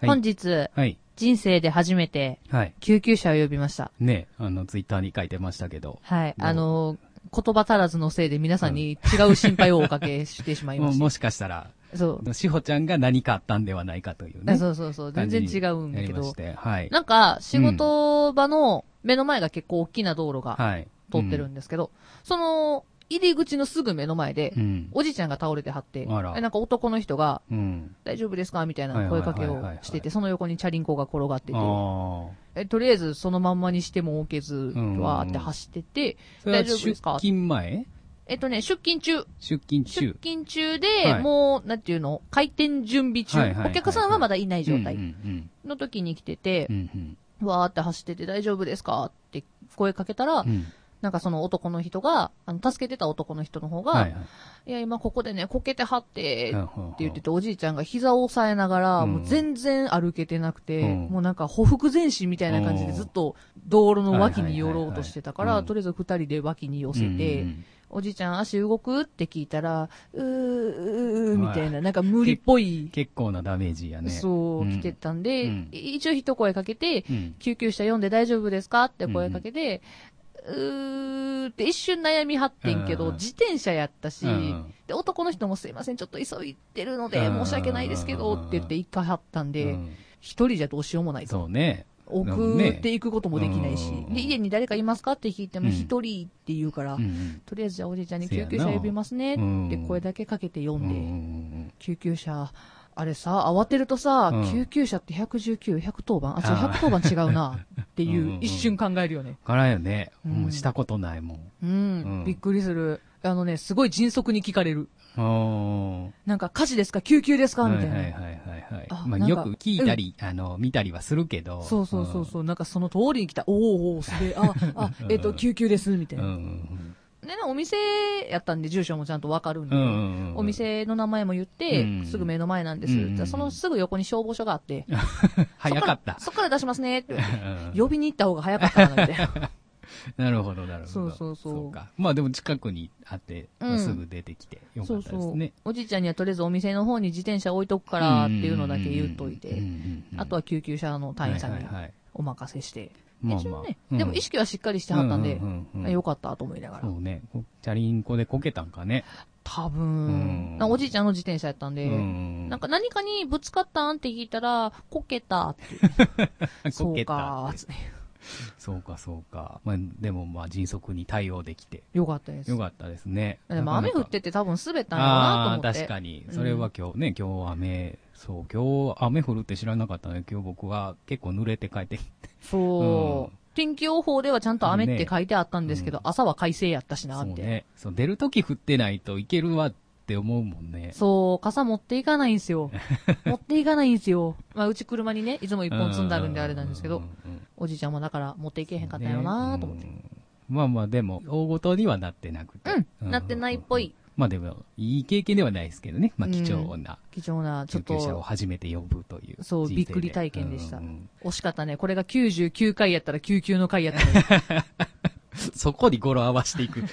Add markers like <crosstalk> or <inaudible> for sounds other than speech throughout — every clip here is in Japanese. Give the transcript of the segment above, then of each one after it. はい本日、はい。人生で初めてはい。救急車を呼びました。ね、あの、ツイッターに書いてましたけど。はい。どうあのー、言葉足らずのせいで皆さんに違う心配をおかけしてしまいもまうし <laughs> もしかしたら、た。そう。しほちゃんが何かあったんではないかというあね。そうそうそう。全然違うんだけ感じになりまどし。てはい。なんか、仕事場の目の前が結構大きな道路がはい。通ってるんで。ですけど、その、入り口のすぐ目の前でう、ん。おじいちゃんが倒れてはって、あらでなんか男の人が、うん。大丈夫ですかみたいな声かけはいはいをはいはいはいしてて、その横にチャリンコが転がってて、ああ。えとりあえずそのまんまにしても OK ず、んわーって走ってて、それは大丈夫出ですか勤前えっとね、出勤中、出勤出中。勤中で、はいもう、なんていうの、開店準備中、はいはいはいはいお客さんはまだいない状うん態うんの時に来ててうん。う、んわーって走ってて大丈夫ですかって声かけたら、うん。うんなんかその男の人が、あの、助けてた男の人の方が、はいい、はいや、今ここでね、こけてはって、うんっうてんうん言ってて、おじいちゃんが膝を押さえながら、うんもう全然歩けてなくて、うんもうなんか、ほふ前進みたいな感じでずっと道路の脇に寄ろうとしてたから、はいはいはいはいうんとりあえず二人で脇に寄せて、うんおじいちゃん足動くって聞いたら、うー、うー、みたいはな、なんか無理っぽい、結構なダメージやね。そう、う来んてたんで、うん一応一声かけて、うん。救急車呼んで大丈夫ですかって声かけて、うーって一瞬悩みはってんけうんど、うん自転車やったし、うんで、男の人もすいません、ちょっと急いでるので、うん申し訳ないですけど、って言って行かはったんうで、ん一人じゃどうしようもないと。そうね。送っていくこともできないし、うんで、家に誰かいますかって聞いても、うん一人って言うから、うんとりあえずじゃあおじいちゃんにせや救な急車呼びますねって声だけかけて呼うんんで、うん救急車、あれさ、慌てるとさ、うん救急車って119、110番、あ、違う、あー110番違う <laughs> な、っていうんうんう、一瞬考えるよね。からよね。うんもうしたことないもん。うん、うんびっくりする。あのね、すごい迅速に聞かれる。あーなんか、火事ですか救急ですかみたいな。はいはいはいはいはい。あまなあんよかく聞いたり、あの、見たりはするけど。そうそうそうそう、なんかその通りに来た。おーおー、すげえ、あ、あ、えっ、と、救急です、みたいうん。うな。んで、なお店やったんで、住所もちゃんとわかるんうで、んうんうんうんうん。お店の名前も言って、うんすぐ目の前なんです。うんうんうんじゃあそのすぐ横に消防署があって、早かった。そっから出しますねって。うん呼びに行った方が早かったかなみ <laughs> たいな。なるほど、なるほど。そうそうそうか。まあでも近くにあって、うんすぐ出てきて、よかそっうたそですうね。。おじいちゃんにはとりあえずお店の方に自転車置いとくからっていうのだけ言っというんうんて、うんうんあとは救急車の隊員さんはいにはいはいお任せして。まあ一ま応あね、うんでも意識はしっかりしてはったんでう、んうんうんうんよかったと思いながらそ。うね。こチャリンコでこけたんかね。多うん分、なんかおじいちゃんの自転車やったんで、うんなんか何かにぶつかったんって聞いたら、こけた <laughs> って。そこうけかたー。つって。そうか、そうか。まあ、でもまあ迅速に対応できて、よかったですよ。かったですね。でもなか雨なか降ってて多分滑ったんやろうなあとあ思ー、って。確かに。それは今日ね、今日雨、そう、今日雨降るって知らなかったね。今日僕は結構濡れて帰ってきて。そうう。天気予報ではちゃんと雨って書いてあったんですけど、ね朝は快晴やったしなそっうて。ね。そう、出るとき降ってないといけるわって思うもんね。そう、傘持っていかないんす <laughs> よ。持っていかないんすよ。まあ、うち車にね、いつも一本積んであるんであれなんですけうどん、うんうんおじいちゃんもだから持っていけへんかったんやろなと思って。ねうんまあまあ、でも、大ごとにはなってなくて。うん、なってないっぽい。まあでも、いい経験ではないですけどね。まあ貴重な貴重な、ちょ救っ急車をと、初めて呼ぶという。そう人生でびっくり体験でしたうんうん惜しかったね。これが99回やったら救急の回やった <laughs> のに。そこに語呂合わせていく。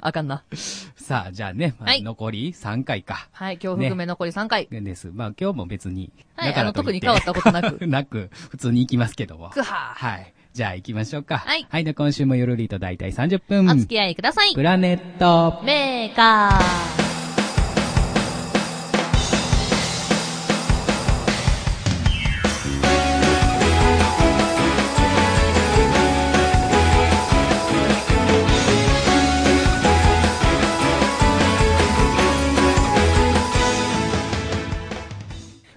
あかんな。さあ、じゃあね、まあはい残り3回か。はい、今日含め残り3回。です。まあ今日も別に。はい、だかあらの、と特いにって。変わったことなく <laughs> なく、普通に行きますけども。くははい。じゃあ行きましょうか。はいはい、で今週もゆるりと大体30ー。お分付。き合いください。プラネット。メーカー。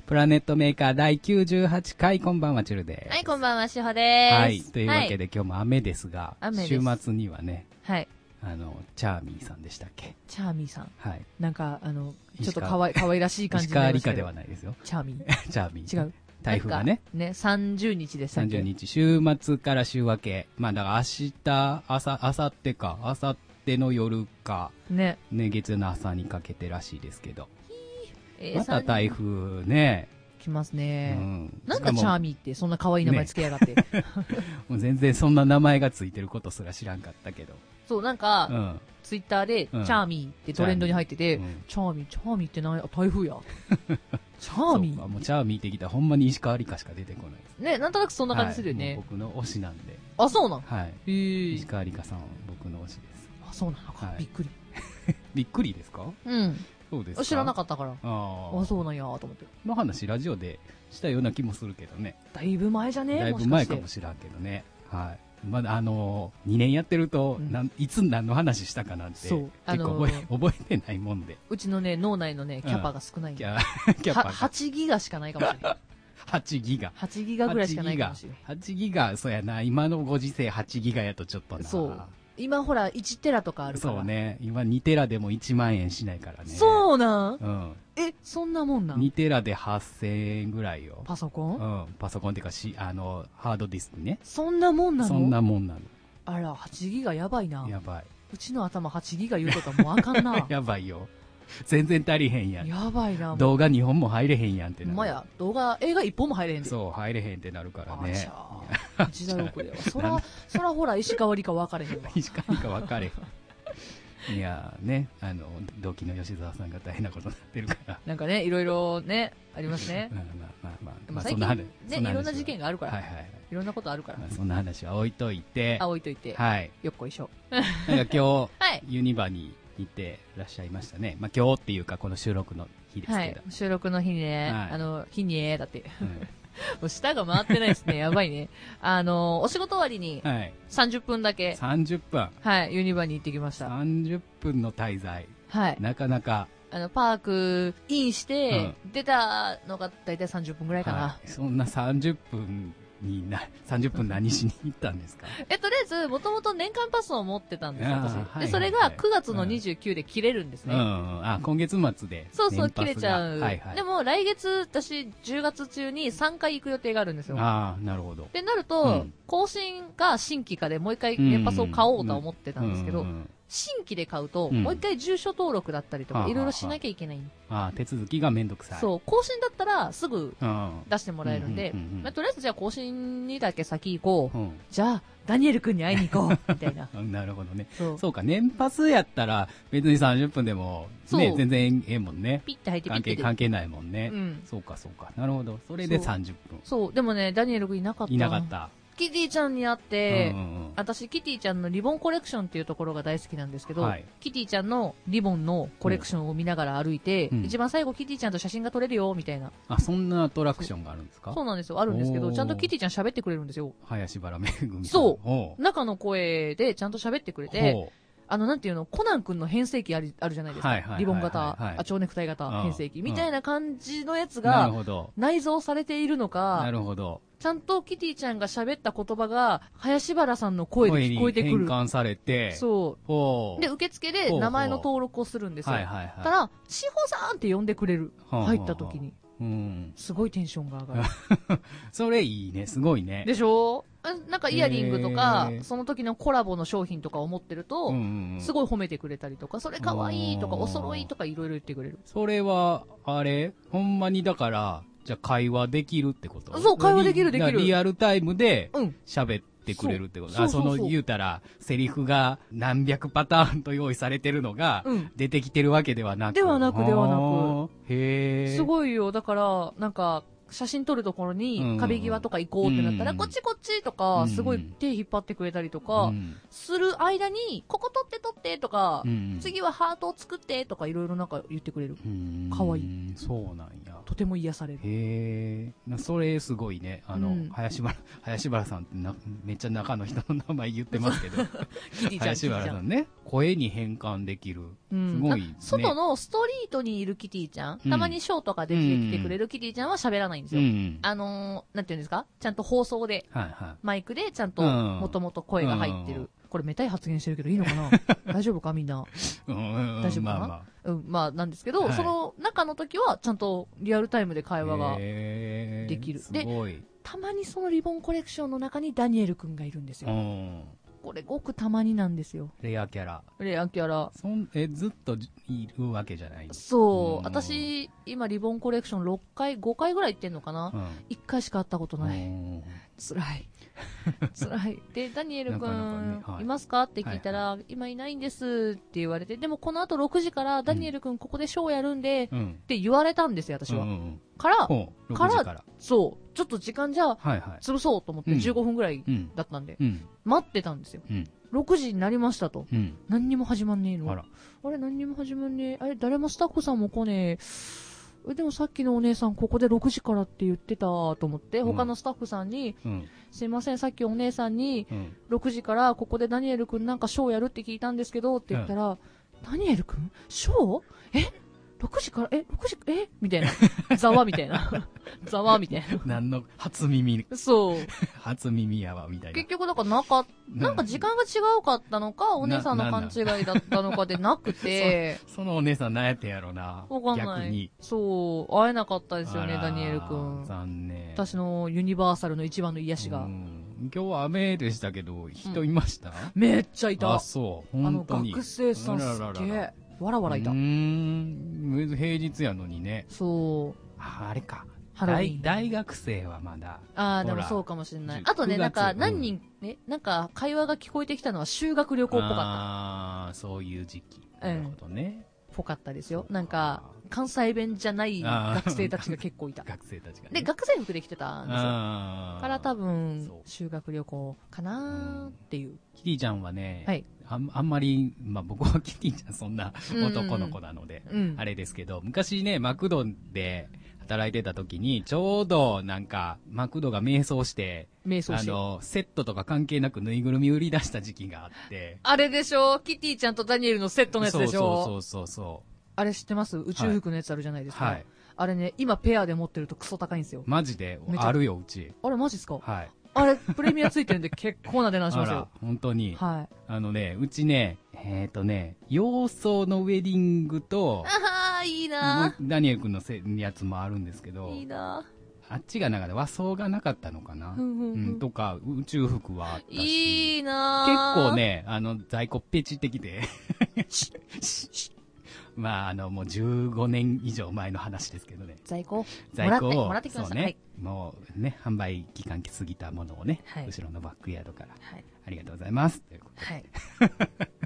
プラネットメーカー第98回、こんばんは、チュルです。はい、こんばんは、しほではーい。す。というわけで、今日も雨ですが、雨です週末にはね、はい。はい。あの、チャーミーさんでしたっけチャーミーさん。はい。なんか、あの、ちょっ石と川かわい、かわいらしい感じ石にな川りま理したけ科でどはないですよ。 <laughs> チャーミチャーミー。違ー。う。台風がね。ね、30日でしたっけ30日、週末から週明け。まあ、だから明日、朝、明後日か、明後日の夜か、ね。ね、月曜の朝にかけてらしいですけど。えーまた台。風ね。 30来ますうね。ん。なんかチャーミーってそんな可愛い名前つけやがって。しかももう全然そんな名前がついてることすら知らんかったけど。そう、なんうか、ん。ツイッターで、チうんャーミーってトレンドに入っててうん、 <laughs> チャーミー、チャーミーって何や、あ台風や。チャーミそうーかもうチャーミーってきたらほんまに石川理香しか出てこないですね、なんとなくそんな感じするよはいねも。う僕の推しなんで、あ、そうなんはい、へ石え。川理香さんは僕の推しですあ、そうなのかは。いびっくり。びっくりですかうん。そうですか知らなっかったから。たああ、あそうなんや、と思って。の話ラジオでしたような気もするけどねだいぶ前じゃねだいぶ前かもしらんけどねはいまだあのー、2年やってると、うんなんいつ何の話したかなんてそう結あの構ー覚え,、 <laughs> 覚えてないもんでうちのね、脳内のね、キャパが少ないんキで。ャ <laughs> キャはパが8ギガしかないかもしれない。 8ギガ8ギガぐらいしかないかもしれない。 8ギガそうやな今のご時世8ギガやとちょっとなそう。今ほら、1テラとかあるから。そう。ね今2テラでも1万円しないからねそうなんうん、え、そんなもんなん2テラで8000円ぐらいよ、パソコうンん、パソコンっていうかしあのハードディスクねそんなもんなのそんなもんなあら、8ギガやばいなの。やばいう。ちの頭8ギガ言うことはもうあかんな <laughs> やばいよ全然足りへんやんやばいな。動画2本も入れへんやんってなほんるまや、動画、映画一本も入れへんで。そう入れへんってなるからあちねゃー時代遅れ <laughs> やわ。そなん。ら、そらほら、石川理香分かれへんわ短いか分かれへんいやーねあの同期の吉沢さんが大変なことになってるからなんかね、いろいろね、ありますね。まあまあまあまあ、まあ、最そ近んな話ね、そんない話はろんな事件があるかはいら、はいはいいろんなことあるからま、あそんな話は置いといてあ、置いといて、はいよっこいしょ。なんか今日はい。ユニバにいてらっしゃいましたね、まあ、今日っていうか、この収録の日ですはけいど、、収録の日にね、はいあの、日にね、だって、うんもう舌が回ってないです <laughs> ね、やばいね。あの、お仕事終わりに <laughs> はい、 30分だけ、 30分、はい、ユニバに行ってきました。 30分の滞在、はい。なかなか、あの、パークインして、出たのが大体30分ぐらいかな。はいそんな30分にな、30分何しに行ったんで <laughs> すか、え、とりあえず、もともと年間パスを持ってたんですよ、あー私。はいはいはで、いそれが9月の29で切れるんですうんね。うん、あ今月末で、そうそう、年パ切れスがちゃう。はいはい、でも、来月、私、10月中に3回行く予定があるんですよ。っああ、なるほど。てなるうとん、更新が新規かで、もう一回年パスを買おうとは思ってたんですけうどんう、ん新規で買うと、うんもう一回住所登録だったりとはあか、はあいろいろしなきゃいけない。ああ手続きがめんどくさい。そう、更新だったら、すぐうん。も出してもらえるんでうんうんうんうん、まあとりあえず、じゃあ更新にだけ先行こう。うんじゃあ、ダニエル君に会いに行こ <laughs> う。みたいな。あなるほどね。そう。そうか、年パスやったら、別に30分でも、そねう、全然ええもんね。ピッて入ってピッ関て係出て関係ないもんね、うんそうかそうかなるほどそれでそう30分そう、でもね、ダニエル君いなかった。いなかった、キティちゃんに会って、うんうんうん私、キティちゃんのリボンコレクションっていうところが大好きなんですけど、はいキティちゃんのリボンのコレクションを見ながら歩いて、うん一番最後キティちゃんと写真が撮れるよ、みたいな。あそんなアトラクションがあるんですかそうなんですよ。あるんですけおど、ーちゃんとキティちゃん喋ってくれるんですよ。林原めぐみそうほう中の声でちゃんと喋ってくれて、ほあの、なんていうの、コナン君の変声機あるあるじゃないですか。はいはいはいはいリボン型、はいあ、蝶ネクタイ型うん変声機みたいな感じのやつうなるが、ほど内蔵されているのなか、るほどちゃんとキティちゃんが喋った言葉が、林原さんの声で聞こえてく声にる。変換されてそう。ほうで、受付でほう名前の登録をするんですよ。はいはいはいたら、志保さんって呼んでくれる。ほう入った時に。うんすごいテンションが上がる。それいいねすごいねでしょあなんかイヤリングとかへ、ーその時のコラボの商品とかを持ってると、すごいごい褒めてくれたりとか、それかわいいとか、うんお揃いとかいろいろ言ってくれる。それはあれほんまにだからじゃあ会話できるってことそう会話できるリできるリアルタイムでうん。喋ってくれるってことそうあそそうそうそうの言うたらセリフが何百パターンと用意されてるのがうん。出てきてるわけではなくではなくではなくくへえすごいよ。だから、なんか、写真撮るところうにん壁際とか行こうってなったら、うんこっちこっちとか、うんすごい手引っ張ってくれたりとうか、んする間に、ここ撮って撮ってとかう、ん次はハートを作ってとかいろいろなんか言ってくれる。うんかわいいそうなんやとても癒される。へえそれすごいねあの、うん林原 <laughs> 林原さんってなめっちゃ中の人の名前言ってます <laughs> けどキティちゃん、キテ林ィ原ちゃさん。んね声に変換できるうんすごいねあ外のストリートにいるキティちゃん、うんたまにショーとかで出てきてくれるキティちゃんは喋らないんですうよ。んあのー、なんていうんですかちゃんと放送で、はいはマイクでちゃんと、うんもともと声が入ってる。うんこれ、めたい発言してるけどいいのかな <laughs> 大丈夫かみんな。い、うんうんうん大丈夫かまなあまうん、まあ、なんですけど、はいその中の時は、ちゃんとリアルタイムであ会話が。へーできるすごいたまにそのリボンコレクションの中にダニエルくんがいるんですうよ。んこれ、ごくたまになんですよ。レアキャラレアキャラ。そんえずっといるわけじゃない、そうう。ん私、今、リボンコレクション6回、5回ぐらい行ってんのかなうん ?1 回しか会ったことない。辛い。 <laughs> 辛い。で、ダニエル君、なかなかねはいいますかって聞いたら、今いないんですって言われて、でもこの後6時から、ダニエル君ここでショーやるんで、っうん。て言われたんですよ、私は。うんうんうんから、ほう、か6ら時から。そう、ちょっと時間じゃ、はいはい。潰そうと思ってうん15分ぐらいうん。だったんで、うん。待ってたんですよ。うん。 6時になりましたと。うん。何にも始まんねえの。ああら。れ、何にも始まんねえ。あれ、誰もスタッフさんも来ねえ。えでもさっきのお姉さん、ここで6時からって言ってたと思って、うん他のスタッフさんに、うん。すいません、さっきお姉さんに、うん。 6時からここでダニエル君なんかショーやるって聞いたんですけどって言ったら、ダニエル君ショーえ ?6 時からえ ?6 時えみたい <laughs> な。ざわみたいな。 <laughs> ざわみたい何の、初耳、な。そう。初耳やわ、みたい結局だからなか、な。なんか時間が違うかったのか、お姉さんの勘違いだったのかでなくて、そのお姉さん何やってんやろな。 <laughs> わかんな逆にい。。そう、会えなかったですよね、あらダニエル君。残念。私のユニバーサルの一番の癒しうが。ん今日は雨でしたけど、人いました、めっちゃいた。あ、あそう。の本当に。学生さんすあらっらげらえら。わらわらいうたー。ん、平日やのにね。そう。ああれか。ハロウィーン大大学生はまだ。ああ、でほもらそうかもしれない10。あとね、 9なんか、うん何人、ね、なんか、会話が聞こえてきたのは修学旅行っぽかああ、そういう時期。えなえるほどね。った。ぽかったですそよう。かなんか、関西弁じゃないあー学生たちが結構い <laughs> た。学生たちが、ね。で、学生服で来てたんですよ。ああ。から多分そ、う修学旅行かなーっていう。キティちゃんはね、はいあんあんまり、まあ僕はキティちゃんそんな男の子なので、うん。あれですけど、昔ね、マクドで働いてた時に、ちょうどなんか、マクドが迷走して、瞑想あし。の、セットとか関係なくぬいぐるみ売り出した時期があって、あれでしょキティちゃんとダニエルのセットのやつでしそょうそうそうそあれ知ってます宇宙服のやつあるじゃないでう。すか。はい。あれね、今ペアで持ってるとクソ高いんですよ。マジでめ、ちゃあるよ、うち。あれマジっすかはい。あれ、プレミアついてるんで結構な値段しあますらよ。、本当に。はい。あのね、うちね、えっ、とね、洋装のウェディングと、ああ、いいなダニエル君のせやつもあるんですけーど、いいなあっちがなんか和装がなかったのかなー。ふ。んふうんふんん、とか、宇宙服はあったし。いいな結ー構。ね、あの、在庫ペチってきて。まあ、あの、もう15年以上前の話ですけどね。在庫。在庫を、もらってもらってきましたそうね、はいもうね、販売期間過ぎたものをね、はい後ろのバックヤードから、はい。ありがとうございます。ということ <laughs> はい。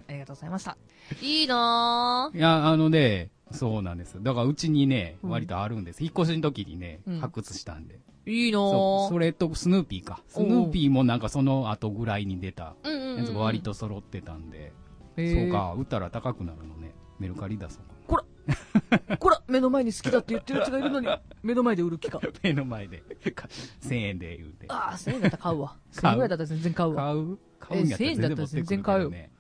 ありがとうございました。いいなーいや、あのね、そうなんです。だからうちにね、うん割とあるんです。引っ越しの時にねうん、発掘したんで。いいなーそうそれとスヌーピーか。スヌーピーもなんかその後ぐらいに出たうんうんうんやつが割と揃ってたんで。へーそうか、売ったら高くなるのね。メルカリ <laughs> だそうかこら目の前に好きだって言ってるやつがいるのに目の前で売る気かな。目の前で、か1000円で言うて。 <laughs> ああ1000円だったら買うわ1000 <laughs> 買う円ぐらいだったら全然買うわ買う買うんやったらえ1000円だったら全然持ってくるけどね。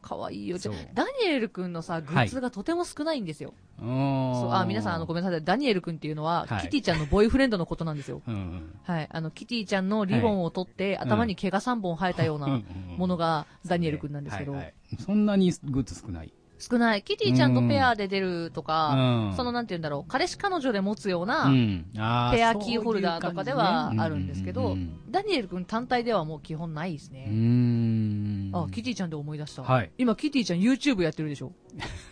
かわいいよじゃあそうダニエル君のさグッズがとても少ないんですよ、うーんそうあ皆さんあのごめんなさいダニエル君っていうのは、はいキティちゃんのボーイフレンドのことなんですようんうん。はいあのキティちゃんのリボンを取って、ん頭に毛が3本生えたよううんうなんうんものがダニエル君なんですけど、はいはいそんなにグッズ少ない。少ない。キティちゃんとペアで出るとか、うんそのなんて言うんだろう、彼氏彼女で持つような、うんあペアキーホルダーとかではあるんですけどそういう感じねダニエル君単体ではもう基本ないですうんうんね。うんあ、キティちゃんで思い出した。はい今キティちゃん YouTube やってるでしょ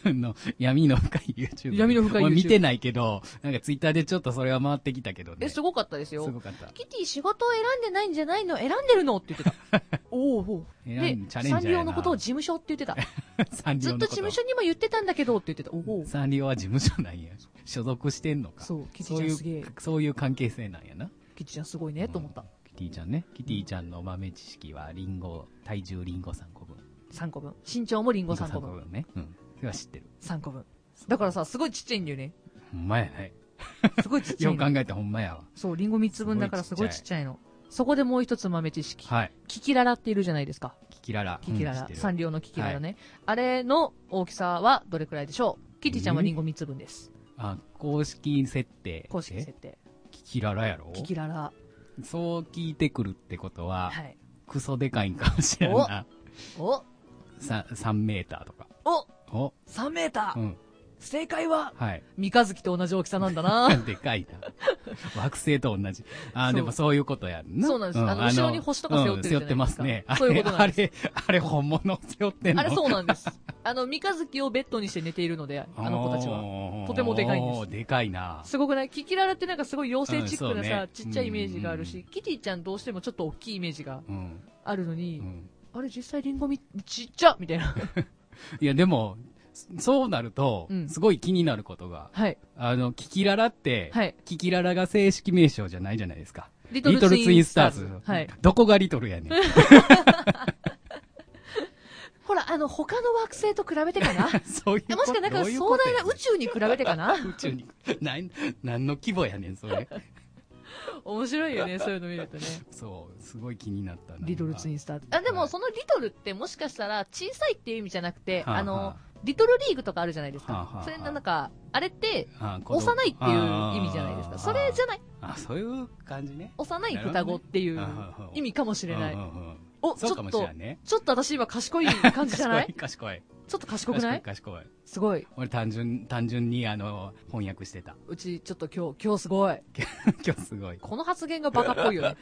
あの闇の深い YouTube。闇の深い YouTube 俺見てないけど、なんかツイッターでちょっとそれは回ってきたけどね。え、すごかったですすよ。ごかった。キティ仕事を選んでないんじゃないの選んでるのって言ってた。 <laughs> おうおう選でん、チャレンサンジリオのことを事務所って言って <laughs> た。三ずっと事務所にも言ってたんだけどって言ってた。おうおうサンリオは事務所なんや。所属してんのか。そう、キティそうちいゃんすげえう。、そういう関係性なんやな。キティちゃんすごいね、と思ったうん。。キティちゃんね。キティちゃんの豆知識は、リンゴ、体重リンゴ3個分。 3個分。身長もリンリゴ3個分。分ね。うん。それは知ってる。 3個分。だからさ、すごいちっちゃいんだよね。ほんまやね。すごいちっちゃよいくの考。えたらほんまやわ。そう、リンゴ3つ分だからすすごごいいちちっっちゃいの。そこでもう一つ豆知識。はい。キキララっているじゃないですか。キキララ。キキラうん知っラて。るサンリオのキキララね。あれの大きさはどれくらいでしょうキティちゃんはリンゴ3つ分です。あ、公式設定。公式設え定。キキララやろキキララ。そう聞いてくるってことは、はい。クソでかいんかもしれんなおさ3メーターとか。おお !3 メータうーん。正解は、はい。 <laughs> 三日月と同じ大きさなんだな。でかいな。惑星と同じ。そああ、うでもそういうことやんな。そうなんですあの後ろに星とか背負ってるじゃないですかうん背負ってますね。あそういうれ、ことなんあでれ、あれ本物背負ってんのあれそうなんです。あの、三日月をベッドにして寝ているので、あの子たちは。はとてもでかいんですでかいな。すごくないキキララってなんかすごい妖精チックなうんさ、そうねちっちゃいイメージがあるうんし、キティちゃんどうしてもちょっと大きいイメージがうん。あるのに、うんあれ実際リンゴみ、ちっちゃみたい <laughs> な。いや、でも、そうなるとうん、すごい気になることが、はい。あの、キキララって、はい。キキララが正式名称じゃないじゃないですか。リリトルツインスターズ。はい。どこがリト <laughs> ルやねん。ほら、あの、他の惑星と比べて <laughs> かなそういうこと。もしかなんかどういう壮こと大やな宇宙に比べてか <laughs> な宇宙に、なん、何の規模やねん、それ。面白いよね、そういうの見るとね。そう、すごい気になった <laughs> な。リトルツイン。ンスターズ。あ、ではもいそのリトルってもしかしたら小さいっていう意味じゃなくて、はああはのあ、リトルリーグとかあるじゃないですはあはあはかあ。それのなんか、あれって、あ子供幼いっていう意味じゃないですか。それじゃないあーあ、そういう感じね。幼い双子っていうなるほどねはあはあ意味かもしれなういんう。んうんお、ちそうょかっもしとれ、んね。ちょっと私今賢い感じじゃない <laughs> 賢いちょっと賢賢い。く賢ないい賢い。すごい。俺単純、単純にあの、翻訳してた。 <laughs> うちちょっと今日、今日すごい。今日すごい。この発言がバカっぽいよ <laughs> ね。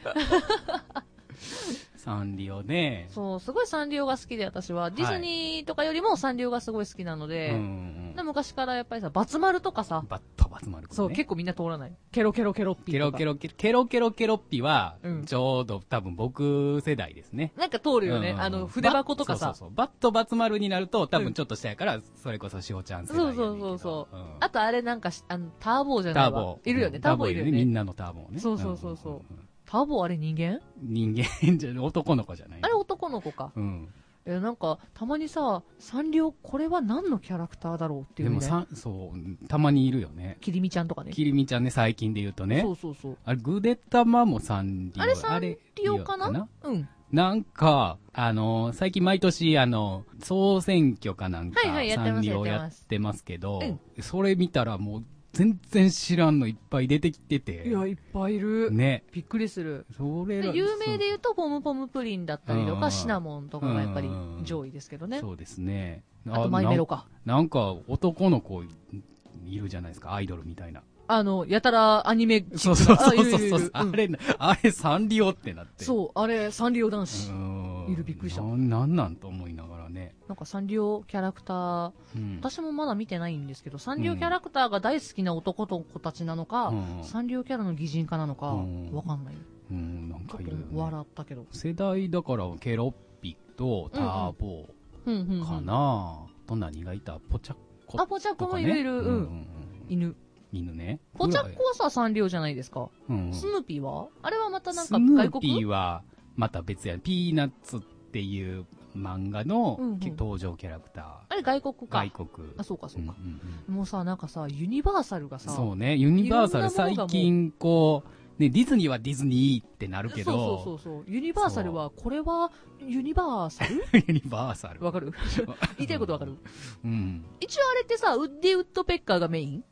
サンリオね。そう、すごいサンリオが好きで私は、ディズニーとかよりもサンリオがすごい好きなのうで、んうんうでん。昔からやっぱりさ、バツ丸とかさ、バッとバツ丸くんね。そう、結構みんな通らない。ケロケロケロッピーケとロか。ケロケロ、ケロケロケロッピはうん、ちょうど多分僕世代ですね。なんか通るよね。うんうんうんあの、筆箱とかバッさ。そうそうそうバットバツ丸になると多うん分ちょっと下やから、それこそしおちゃん世代やねんけどそうそうそううんあとあれなんかし、あの、ターボーじゃないターわボ。いるよね。ターボーいるよみんね。なのターボね。そうそうそうそうんんんんターボーあれ人間人間じゃ、 <laughs> 男の子じゃない。あれ男の子か。うん。え、なんか、たまにさ、サンリオ、これは何のキャラクターだろうっていうでね。もさ、そう、たまにいるよね。キリミちゃんとかね。きりみちゃんね、最近で言うとねそ。うそうそう。あれ、ぐでたまもサンリオ。あれサンリオかなあれうん。なんか、あのー最近毎年、あのー総選挙かなんか、はいはいやってますサンリオやってやますってますけど、うんそれ見たらもう、全然知らんのいっぱい出てきていて。や、いっぱいいる。ね。びっくりする。それらで有名で言うと、ポムポムプリンだったりとうんうか、んシナモンとかがやっぱりうんうんうん上位ですけどそうね。そうですね。あと、マイメロか。な。なんか、男の子、いるじゃないですか、アイドルみたいな。あの、やたらアニメチックそうそうそうあいるいそるいうる。あれ、あれ、サンリオってなって。そう、あれ、サンリオ男子。ういるびっくりしたなんなんなんと思いながらね。なんかサンリオキャラクター、うん私もまだ見てないんですけど、サンリオキャラクターが大好きな男と子たちなのか、うんサンリオキャラの擬人化なのか、わうんかんない。うん、なんちょかっいるよね。と笑ったけど。世代だからケロッピとターボうんうんうんかな、と何がいたポチャッコあ、ポチャッコともか、ね、いるいる、うんううんん。うん犬。犬ねポチャッコはさ、サンリオじゃないですか。うんうんスヌーピーはあれはまたなんスかヌ外ーピー国はまた別やピーナッツっていう漫画の、うんうんけ登場キャラクタあれ外国ーか。外国あ、そうかそうかう、んうんうんもうさ、なんかさ、ユニバーサルがさ、そうねユニバーサルいろんなもの最がもう近こう、ね、ディズニーはディズニーってなるけそうそうどそうそう。ユニバーサルは、これは、ユニバーサ <laughs> ルユニバーサルわかる言いたいことわかるうん一応あれってさ、ウッディ・ウッドペッカーがメイン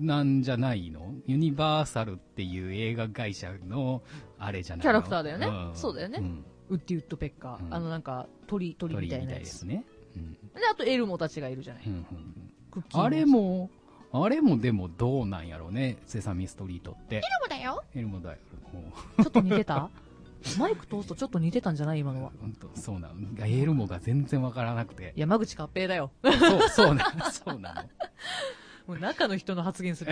なんじゃないのユニバーサルっていう映画会社のあれじゃないキのャラクターだよねんそうだよねんウッディ・ウッドペッカー。うんあのなんか、鳥、鳥鳥みみたたいいなやでつ。すね、うんで、あとエルモたちがいるじゃない。うんうんクッキーあれ。もあれもでもどうなんやろうねセサミストリートってエルモだよエルモダイルちょっと似てた <laughs> マイク通すとちょっと似てたんじゃない今のは。本当そうなのエルモが全然わからなくて山口勝平だよ。 <laughs> そう <laughs> そうなのそうなのもう中の人の発言す <laughs> る。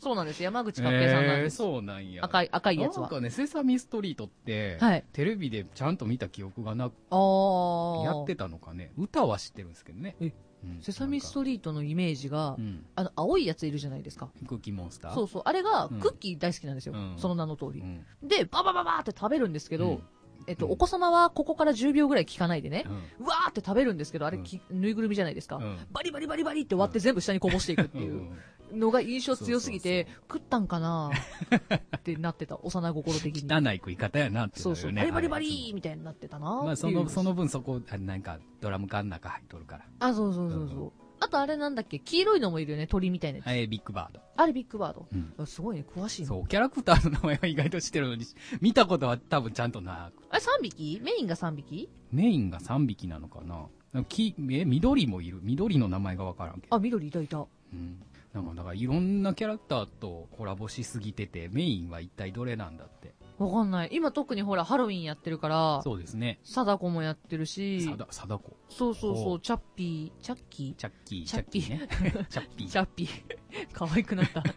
そうなんです。山口勝平さんなんえーです。そうなんや赤い、赤いやつなんは。かねセサミストリートって、はい。テレビでちゃんと見た記憶がなくあー。やってたのかね歌は知ってるんですけどねえうんセサミストリートのイメージがう、ん、あの、青いやついるじゃないですか。クッキーモンスターそうそう。あれが、うんクッキー大好きなんですよ。うんその名の通うり。んで、ババババーって食べるんですけど、うんえっと、うんお子様はここから10秒ぐらい聞かないでねう、んうわーって食べるんですけど、あれき、ぬいぐるみじゃないですか。うんバリバリバリバリって割って全部下にこぼしていくっていうのが印象強すぎて、食ったんかなーってな <laughs> ってた、幼心的に。汚い食い方やなってそうなるそう、よねバリバリバあれいリつーみたいになってたなーっていもうまあそのその分そこあなんかドラム缶の中入っとるからあ、そうそうそうそう。うあとあれなんだっけ、黄色いのもいるよね、鳥みたいなやつ。えービッグバード、あれビッグバード。うんあすごいね、詳しいの。そうキャラクターの名前は意外と知ってるのに見たことは多分ちゃんとなくあれ3匹メインが3匹メインが3匹なのかなきえ緑もいる緑の名前が分からんけど、あ、緑いたいた。うん、なんかだからいろんなキャラクターとコラボしすぎててメインは一体どれなんだってわかんない。今特にほら、ハロウィンやってるから、そうですね貞子もやってるし、貞子そうそうそほう、うチャッピー、チャッキチャッキーチャッキー <laughs> ねチャッピーーチャッピー。 <laughs> 可愛くなっ <laughs> た。ジ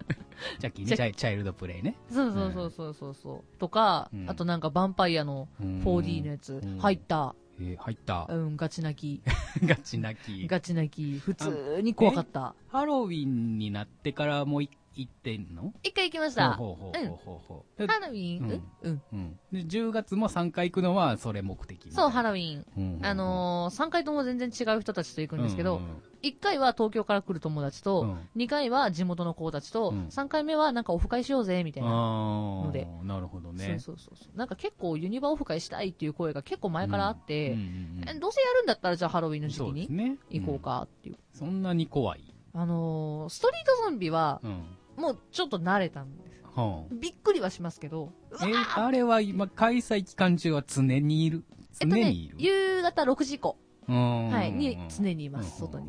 ャッキージね、ャチャイチャイルドプレイね。そうそうそうそうそうそう。とか、うんあとなんかヴァンパイアの 4D のやつ、うん入った、えー入った <laughs> う。ん、ガチ泣き、ガチ泣き。ガチ泣き、普通に怖かった。ハロウィンになってからもうい行ってんの一回行きました。ほうほうほうほうほう。でハロウィン、うん、うん。うん。で、10月も3回行くのはそれ目的。そう、ハロロウィン。ウィあのー、3回とも全然違う人たちと行くんですけど、、一1回は東京から来る友達うんうと、んうん二2回は地元の子たちと、うん三3回目はなんかオフ会しようぜ、みたいな。あのであ、なるほどね。そうそうそうそう。なんか結構ユニバオフ会したいっていう声が結構前からあって、うんうんうんえどうせやるんだったらじゃあハロウィンの時そ期うですにね。行こうかっていう。うん。そんなに怖い。あのー、ストリートゾンビはうん。もうちょっと慣れたんです。はあびっくりはしますけど、えー、あれは今、開催期間中は常にいる。え常っとねにい、る。夕方6時以降、ははい、に常にいます、外に。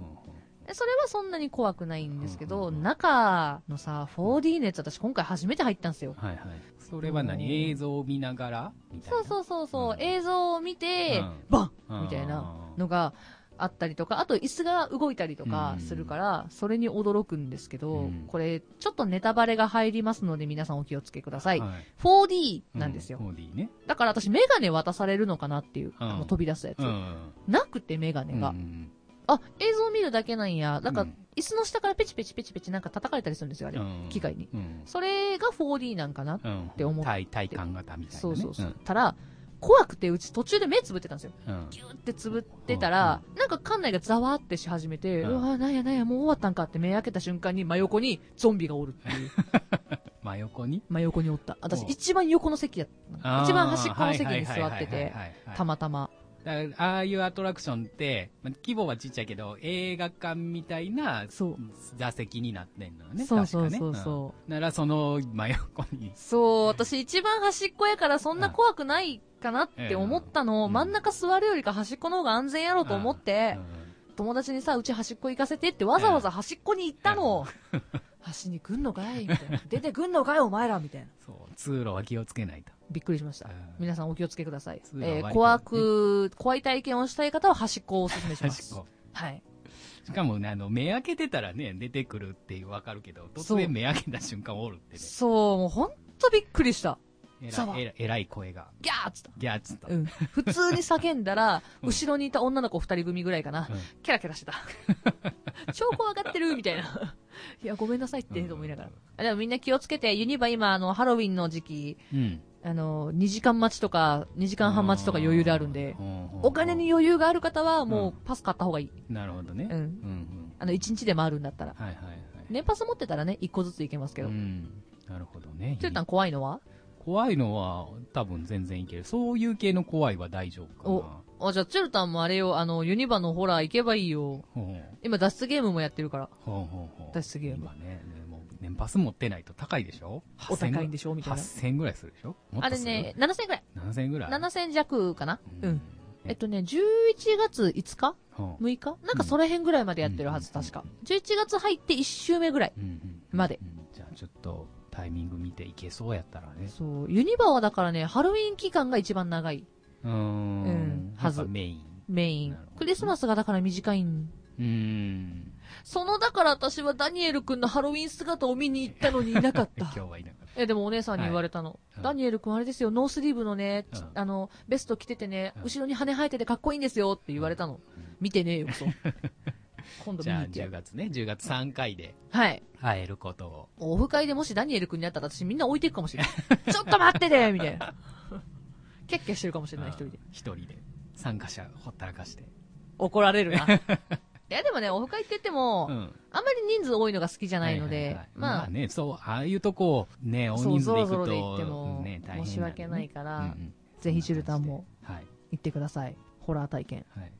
えそれはそんなに怖くないんですけうんど、うんうん中のさ、4D のやつ私今回初めて入ったんですよ。はいはい。それは何映像を見ながらみたいな。そうそうそうそう、うん映像を見て、うんバンうんみたいなのがあったりとか、あと椅子が動いたりとかするから、それに驚くんですけど、うんこれ、ちょっとネタバレが入りますので皆さんお気をつけください。はい 4D なんですよ。う 4D ね。だから私メガネ渡されるのかなっていう、うんあの飛び出すやつ。うん。なくてメガネが、うんあ、映像見るだけなんや。なんか、うん椅子の下からペチペチペチペチなんか叩かれたりするんですよ、あれ。うん機械に。うん。それが 4D なんかなってって思って体体感型みたいなね。そうそうそう。んたら、怖くてうち途中で目つぶってたんですよ。うんギューってつぶってたら、なんか館内がざわってし始めて、ううんわーなんやなんや、もう終わったんかって目開けた瞬間に真横にゾンビがおるっていう。真横に真横にお <laughs> った。私おう一番横の席やった。一番端っこの席に座ってて、たたま。またま。だからああいうアトラクションって、まあ規模はちっちゃいけど、映画館みたいなそう。座席になってんのよね。そうそう確そかうね。そうんならその真横に。そう、私一番端っこやからそんな怖くないかなって思ったのを、うん真ん中座るよりか端っこの方が安全やろうと思ってう、ん友達にさ、うち端っこ行かせてってわざわざ端っこに行ったの。 <laughs> 端に来んのかいみたいな。出てくんのかいお前らみたいな。そう。通路は気をつけないと。びっくりしましたう。ん皆さんお気をつけください通。路はえ割ー、と怖く、怖い体験をしたい方は端っこをお勧めしま端っすこ。。はい。しかもね、あの、目開けてたらね、出てくるってわかるけど、そ突う然目開けた瞬間おるってね。そう、もうほんとびっくりした。えざわらい、えらえらい声が、ギャーっつった。ギャーっつった。うん。普通に叫んだら、うん後ろにいた女の子二人組ぐらいかな。うんキャラキャラ <laughs> してた。超怖がってるみたいな。いや、ごめんなさいって、と思いながら。あでもみんな気をつけて、ユニバ今、あの、ハロウィンの時期、うん。あの、2時間待ちとか、2時間半待ちとか余裕であるんでう、んお金に余裕がある方はもうんうパス買った方がいい。なるほどね。うん。うんうん。あの、1日で回るんだったら。はいはいはい。年パス持ってたらね、1個ずついけますけど。うてん。なるほどね。ゅうたん怖いのは怖いのは、多分全然いける。そういう系の怖いは大丈夫かあ、じゃあ、チュルタンもあれよ、あの、ユニバのホラー行けばいいよ。な。ほう今、脱出ゲームもやってるから。ほうほうほう。私すげえ今ね、でも年パス持ってないと高いでしょお高いんででしょみたいな。 8000円ぐらいするでしょもあっとれするね、。7000ぐらい。 7000円ぐらい7000弱かなうん。えっとね、11月5日ほう ?6 日なんかその辺ぐらいまでやってるはず、うん確か。11月入って1週目ぐらい。うんうんまでうんじゃあちょっとタイミング見ていけそうやったらねそう。ユニバはだからね、ハロウィン期間が一番長い。うーんうんやはっずぱメインメインなるほど。ねクリスマスがだから短いん。うーんそのだから私はダニエル君のハロウィン姿を見に行ったのにいなかっ <laughs> 今た日。はいなかっえ、でもお姉さんに言われたの。はいダニエル君あれですよ、ノースリーブのね、ちうんあの、ベスト着ててね、うん後ろに羽生えててかっこいいんですよって言われたの。うん見てねえよ、 <laughs> そう。今度たじ見に行ゃあってやる。10月ね10月3回ではい。会えることをオフ会でもしダニエル君に会ったら私みんな置いていくかもしれない。ちょっと待っててみたい <laughs> な。キャッキャしてるかもしれない、一人で。うん一人で参加者ほったらかして怒られるな。 <laughs> いや、でもね、オフ会って言っても、んあんまり人数多いのが好きじゃないので、はははいまあ、まあねそうああいうとこをね大そう、人数ぞでろ行ぞろくで行ってとも、ね大変申し訳ないから、らうんうんぜひシュルタンもはい行ってください。ホラー体験。はい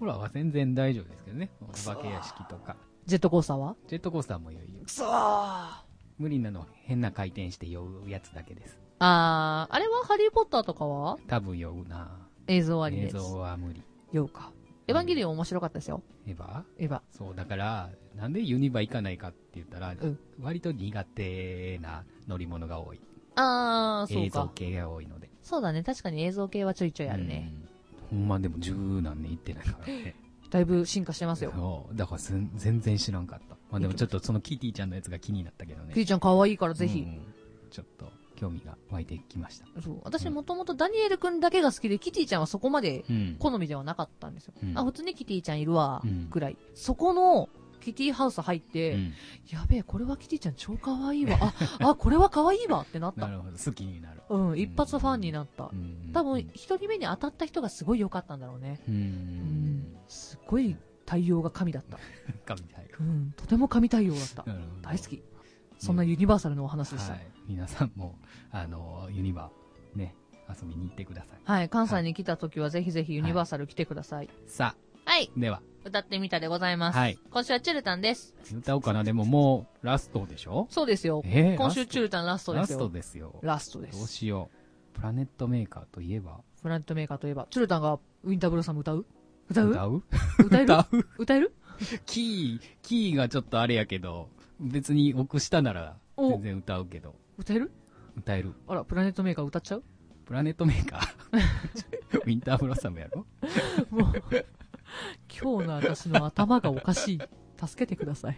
ほらは全然大丈夫ですけどねお化け屋敷とかジェットコースターはジェットコースターもいよいよくそーあ無理なのは変な回転して酔うやつだけですー、あれはハリーポッターとかは多分酔うな映像あり映です。像は無理ようか。エヴァンゲリオン面白かったですよ。エヴァエヴァ。そう、だから、なんでユニバ行かないかって言ったら、うん割と苦手な乗り物が多い。あー、そう映像か。系が多いので。そうだね。確かに映像系はちょいちょいあるね。うん。ほんまでも十何年行ってないからね。だいぶ進化してますよ。そう。だからすん全然知らんかった。まあでもちょっとそのキティちゃんのやつが気になったけどね。クイちゃん可愛いからぜうひ。んちょっと興味が湧いてきました。そう。私もともとダニエルくんだけが好きで、キティちゃんはそこまでうん。好みではなかったんですよ。うんあ、普通にキティちゃんいるわうん、ぐらい。そこの、キティハウス入って、うんやべえ、これはキティちゃん超可愛いわ。あ、あ、これは可愛いわってなっなた。るほど。好きになる。うん、一発ファンになったう。ん多分、一人目に当たった人がすごい良かったんだろうね。ううんん。。すっごい対応が神だった。神対う応ん、とても神対応だった。なるほど大好き。そんなユニバーサルのお話でした。ははいい。。皆さんも、あの、ユニバね、遊びに行ってください。関西に来た時はぜひぜひユニバーサル来てください。さはい。あ、では、歌ってみたでございます。はい。今週はチュルタンです。歌おうかな。でももう、ラストでしょそうですよ。えー今週チュルタンラストでラすよ。ストですよ。ラストでどうす。しよう。プラネットメーカーといえば、プラネットメーカーといえば、チュルタンがウィンターブルーサム歌う歌う歌う歌える歌う歌えるキー、キーがちょっとあれやけど、別に奥下なら、お全然歌うけど、歌える歌える。あら、プラネットメーカー歌っちゃうプラネットメーカーウィンター <laughs> ブロッサムやろもう、今日の私の頭がおかしい。助けてください。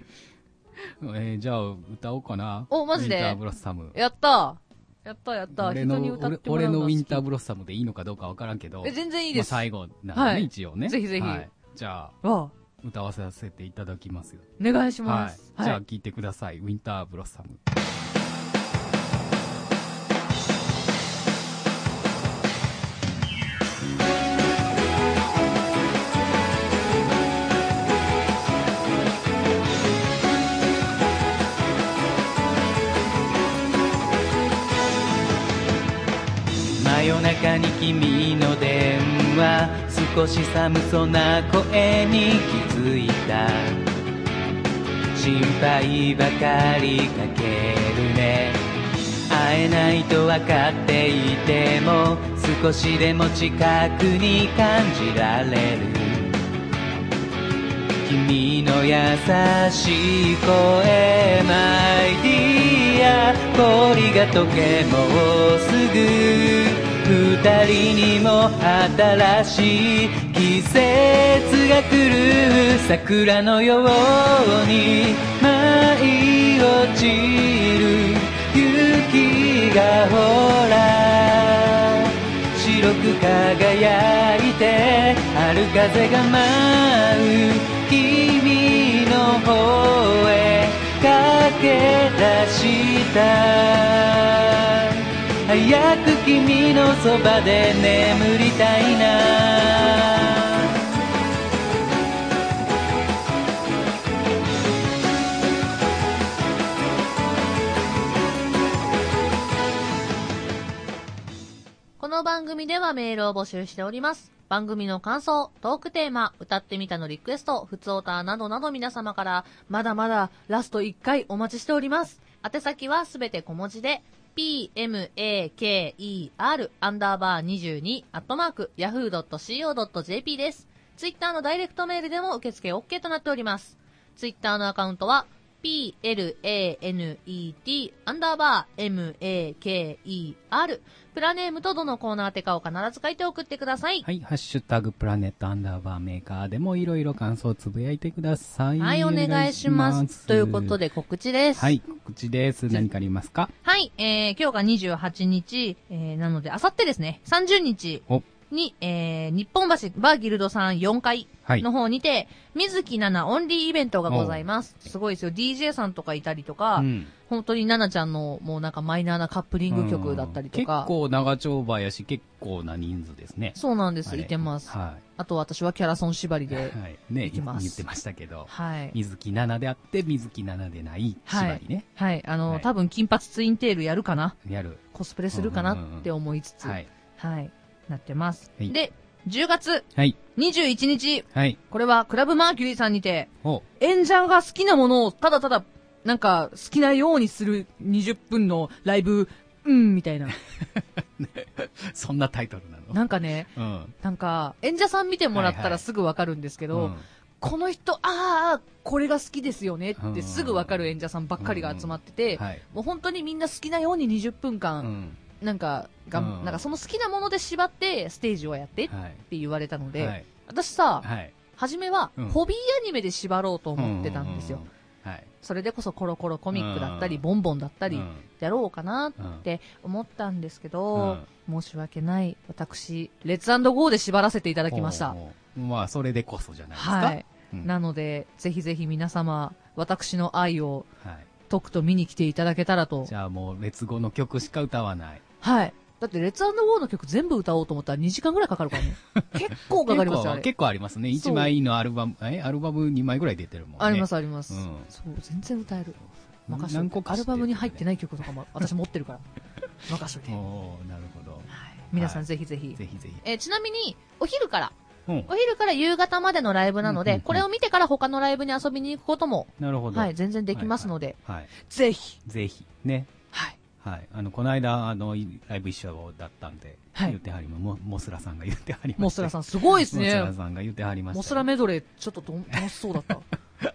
えー、じゃあ、歌おうかな。おマジでウィンターブロッサム。やったやったやった俺人のに歌っ俺てもら俺うののはウ好きィンターブロッサムでいいのかどうかわからんけど、え、全然いいまであす。最後なんでね、はい一応ね。ぜひぜひはいじゃあ、わあ、歌わさせていただきますよ。お願いしはまいす。。じゃはあ、い。聴いてください。ウィンターブロッサム。真夜中に君の電話少し寒そうな声に気づいた心配ばかりかけるね会えないと分かっていても少しでも近くに感じられる君の優しい声 My dear 氷が溶けもうすぐ二人にも新しい季節が来る桜のように舞い落ちる雪がほら白く輝いて春風が舞う君の方へ駆け出した早く君のそばで眠りたいなこの番組ではメールを募集しております。番組の感想、トークテーマ、歌ってみたのリクエスト、ふつおたなどなど皆様から、まだまだラスト1回お待ちしております。宛先はすべて小文字で、pmaker アンダーバー22アットマーク yahoo.co.jp です。ツイッターのダイレクトメールでも受付 OK となっております。ツイッターのアカウントは、planet アンダーバー maker プラネームとどのコーナー宛てかを必ず書いて送ってください。はい、ハッシュタグプラネットアンダーバーメーカーでもいろいろ感想をつぶやいてください。はい、お願いします。ということで。で告知です。はい、告知です。何かありますかはい。えー、今日が28日、えー、なので、あさってですね、30日おに、えー、日本橋バーギルドさん4階はい。の方にて、水木奈々オンリーイベントがございます。すごいですよ。DJ さんとかいたりとか、ん、本当に奈々ちゃんのもうなんかマイナーなカップリング曲だったりとうんか、結構長丁場やし、結構な人数ですね。そうなんです。あれいてます。はあと私はキャラソン縛りい。 <laughs> で、はい、ね、いてます言ってましたけど。はい。水木奈々であって、水木奈々でないはい縛りね。はい、あの、はい多分金髪ツインテールやるかなやる。コスプレするかうんうんうんうなんって思いつつ、ははい、い。なってます。はいで、10月はい。 21日、はい。これはクラブマーキュリーさんにて、お演者が好きなものをただただ、なんか、好きなようにする20分のライブ、うん、みたいな。 <laughs> そんなタイトルなのなんかね、うんなんか、演者さん見てもらっはたいはらいすぐわかるんですけど、うんこの人、ああ、これが好きですよねってすぐわかる演者さんばっかりが集まってて、はいもう本当にみんな好きなように20分う間、んなんかがん、うんなんかその好きなもので縛ってステージをやってっはいて言われたので、はい私さ、はい初めはうんホビーアニメで縛ろうと思ってたんですよ。うううんはいそれでこそコロコロコミックだったり、うんボンボンだったりうんやろうかなっうんて思ったんですけうどん、申し訳ない。私、レッツゴーで縛らせていただきました。ほうほうまあそれでこそじゃないですかはい。うんなので、ぜひぜひ皆様、私の愛をはいとくと見に来ていただけたらとじ。ゃあもう列語の曲しか歌わないはい。だって、レッツゴーの曲全部歌おうと思ったら2時間ぐらいかかるから <laughs> ね。結構かかりますよ、あ結構れ。結構ありますねそう1枚のアルバムえアルバム2枚ぐらい出てるもんねありますすあります、うんそう、全然歌える。任しとい何て個かア知ってるルバムに入ってない曲とかも私持ってるから。任しといて。はい <laughs> おーなるほど皆さんぜひぜひ。ぜひぜひえーちなみに、お昼から、うんお昼から夕方までのライブなので、うんうんうんこれを見てから他のライブに遊びに行くことも、なるほどはい、全然できますので、はいはいぜひ、ぜひねはい。はいあのこの間あのいライブ一緒だったんではい言ってはりまもモスラさんが言ってはりましたモスラさん、すごいですモスラね。さんが言ってはりましたモスラメドレー、ちょっとどん楽しそうだ <laughs> った。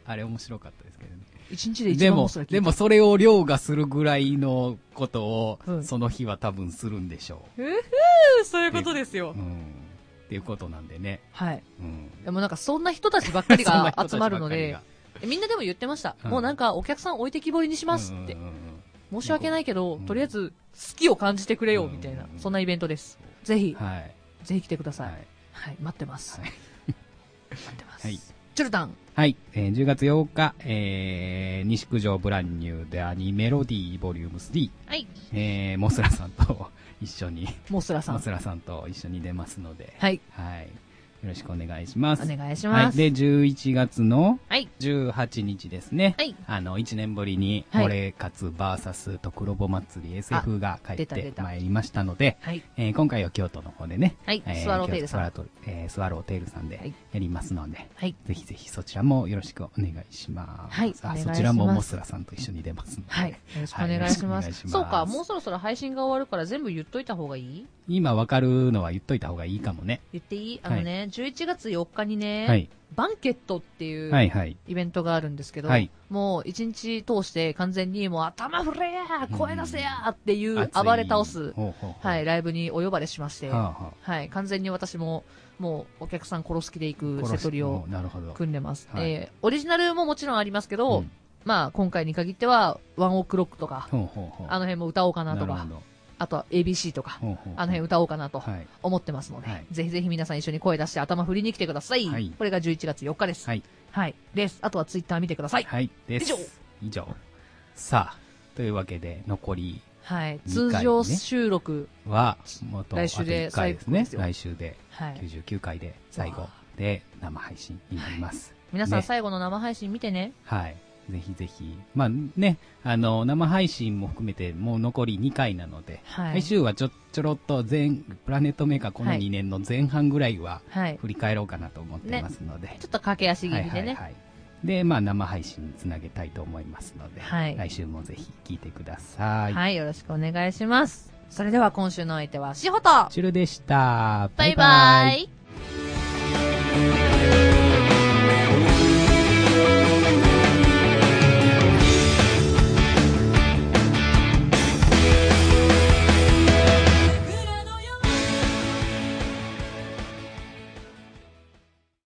あれ面白かったですけどね一日で一で番モもスラ聞い、たでも、それを凌駕するぐらいのことを、うんその日は多分するんでしょそういうことですう。よう。ん。っていうことなんでね。はい。うん。でもなんか、そんな人たちばっかり <laughs> そんなが人たち集まるのでばっか、みんなでも言ってました。うんもうなんか、お客さん置いてきぼりにしりがますってうん。うんうん申し訳ないけど、うんとりあえず、好きを感じてくれよ、みたいなうん、そんなイベントです。ぜひ、うんはい。ぜひ来てください。はい。はい、待ってます。はい待ってます。はいチュルタン。はい、えー10月8日、えー、西九条ブランニューでアニメロディーボリューム3、はい。えー、モスラさんと一緒に、モスラさモん。スラさんと一緒に出ますので、はい。はい。よろしくお願いします。お願いします。はい。で、11月のはい。 18日ですね。はいあの、1年ぶりに、はいモレカツ VS と黒ボ祭り SF が帰っ出た出てたまいりましたので、はい。えー今回は京都の方でね、はいえスワローテイルさん京都スワローテイルえースワローテイルさんはでいやりますので、はい。ぜひぜひそちらもよろしくお願いします。はいおあ願いしそますちらもモスラさんと一緒に出ますので、はい。よろしくおはいよ願ろいししくおま願いしますす。そうか、もうそろそろ配信が終わるから全部言っといた方がいい今わかるのは言っといた方がいいかもね。言っていいあのね、11月4日にね、はい。バンケットっていはういはい。イベントがあるんですけど、はいもう一日通して完全にもう頭振れやうん声出せやっていう熱い暴れ倒す、ほうほうほうはい、ライブにお呼ばれしまして、はあははい、完全に私も、もうお客さん殺す気で行あく瀬取りを殺しなるほど。組んでます。はいえーオリジナルももちろんありますけど、うんまあ今回に限っては、ワンオクロックとか、ほうほうほう。あの辺も歌おうかなとるかほ、どあとは ABC とか、ほうほうほうあの辺歌おうかなとはい。思ってますので、はいぜひぜひ皆さん一緒に声出して頭振りに来てください。はいこれが11月4日です。ははい。い。です。あとはツイッター見てください。はい。です。以上以上。さあ、というわけで、残りはい。二通回ね常収録、は、もと、来週であと一回です最後ね。ですよ来週で、はい。 99回で最後わで生配信になります。皆さんね最後の生配信見てね。はい。ぜひぜひ。まあね、あの、生配信も含めて、もう残り2回なので、は来い。週はちょ、ちょろっと前、プラネットメーカーこのはい2年の前半ぐらいは、はい。振り返ろうかなと思ってますので。ちょっと駆け足気味はでいね。はいはい。で、まあ、生配信につなげたいと思いますので、はい来週もぜひ聞いてください。はい、よろしくお願いします。それでは今週のお相手は、しほとチュルでした。バイバイ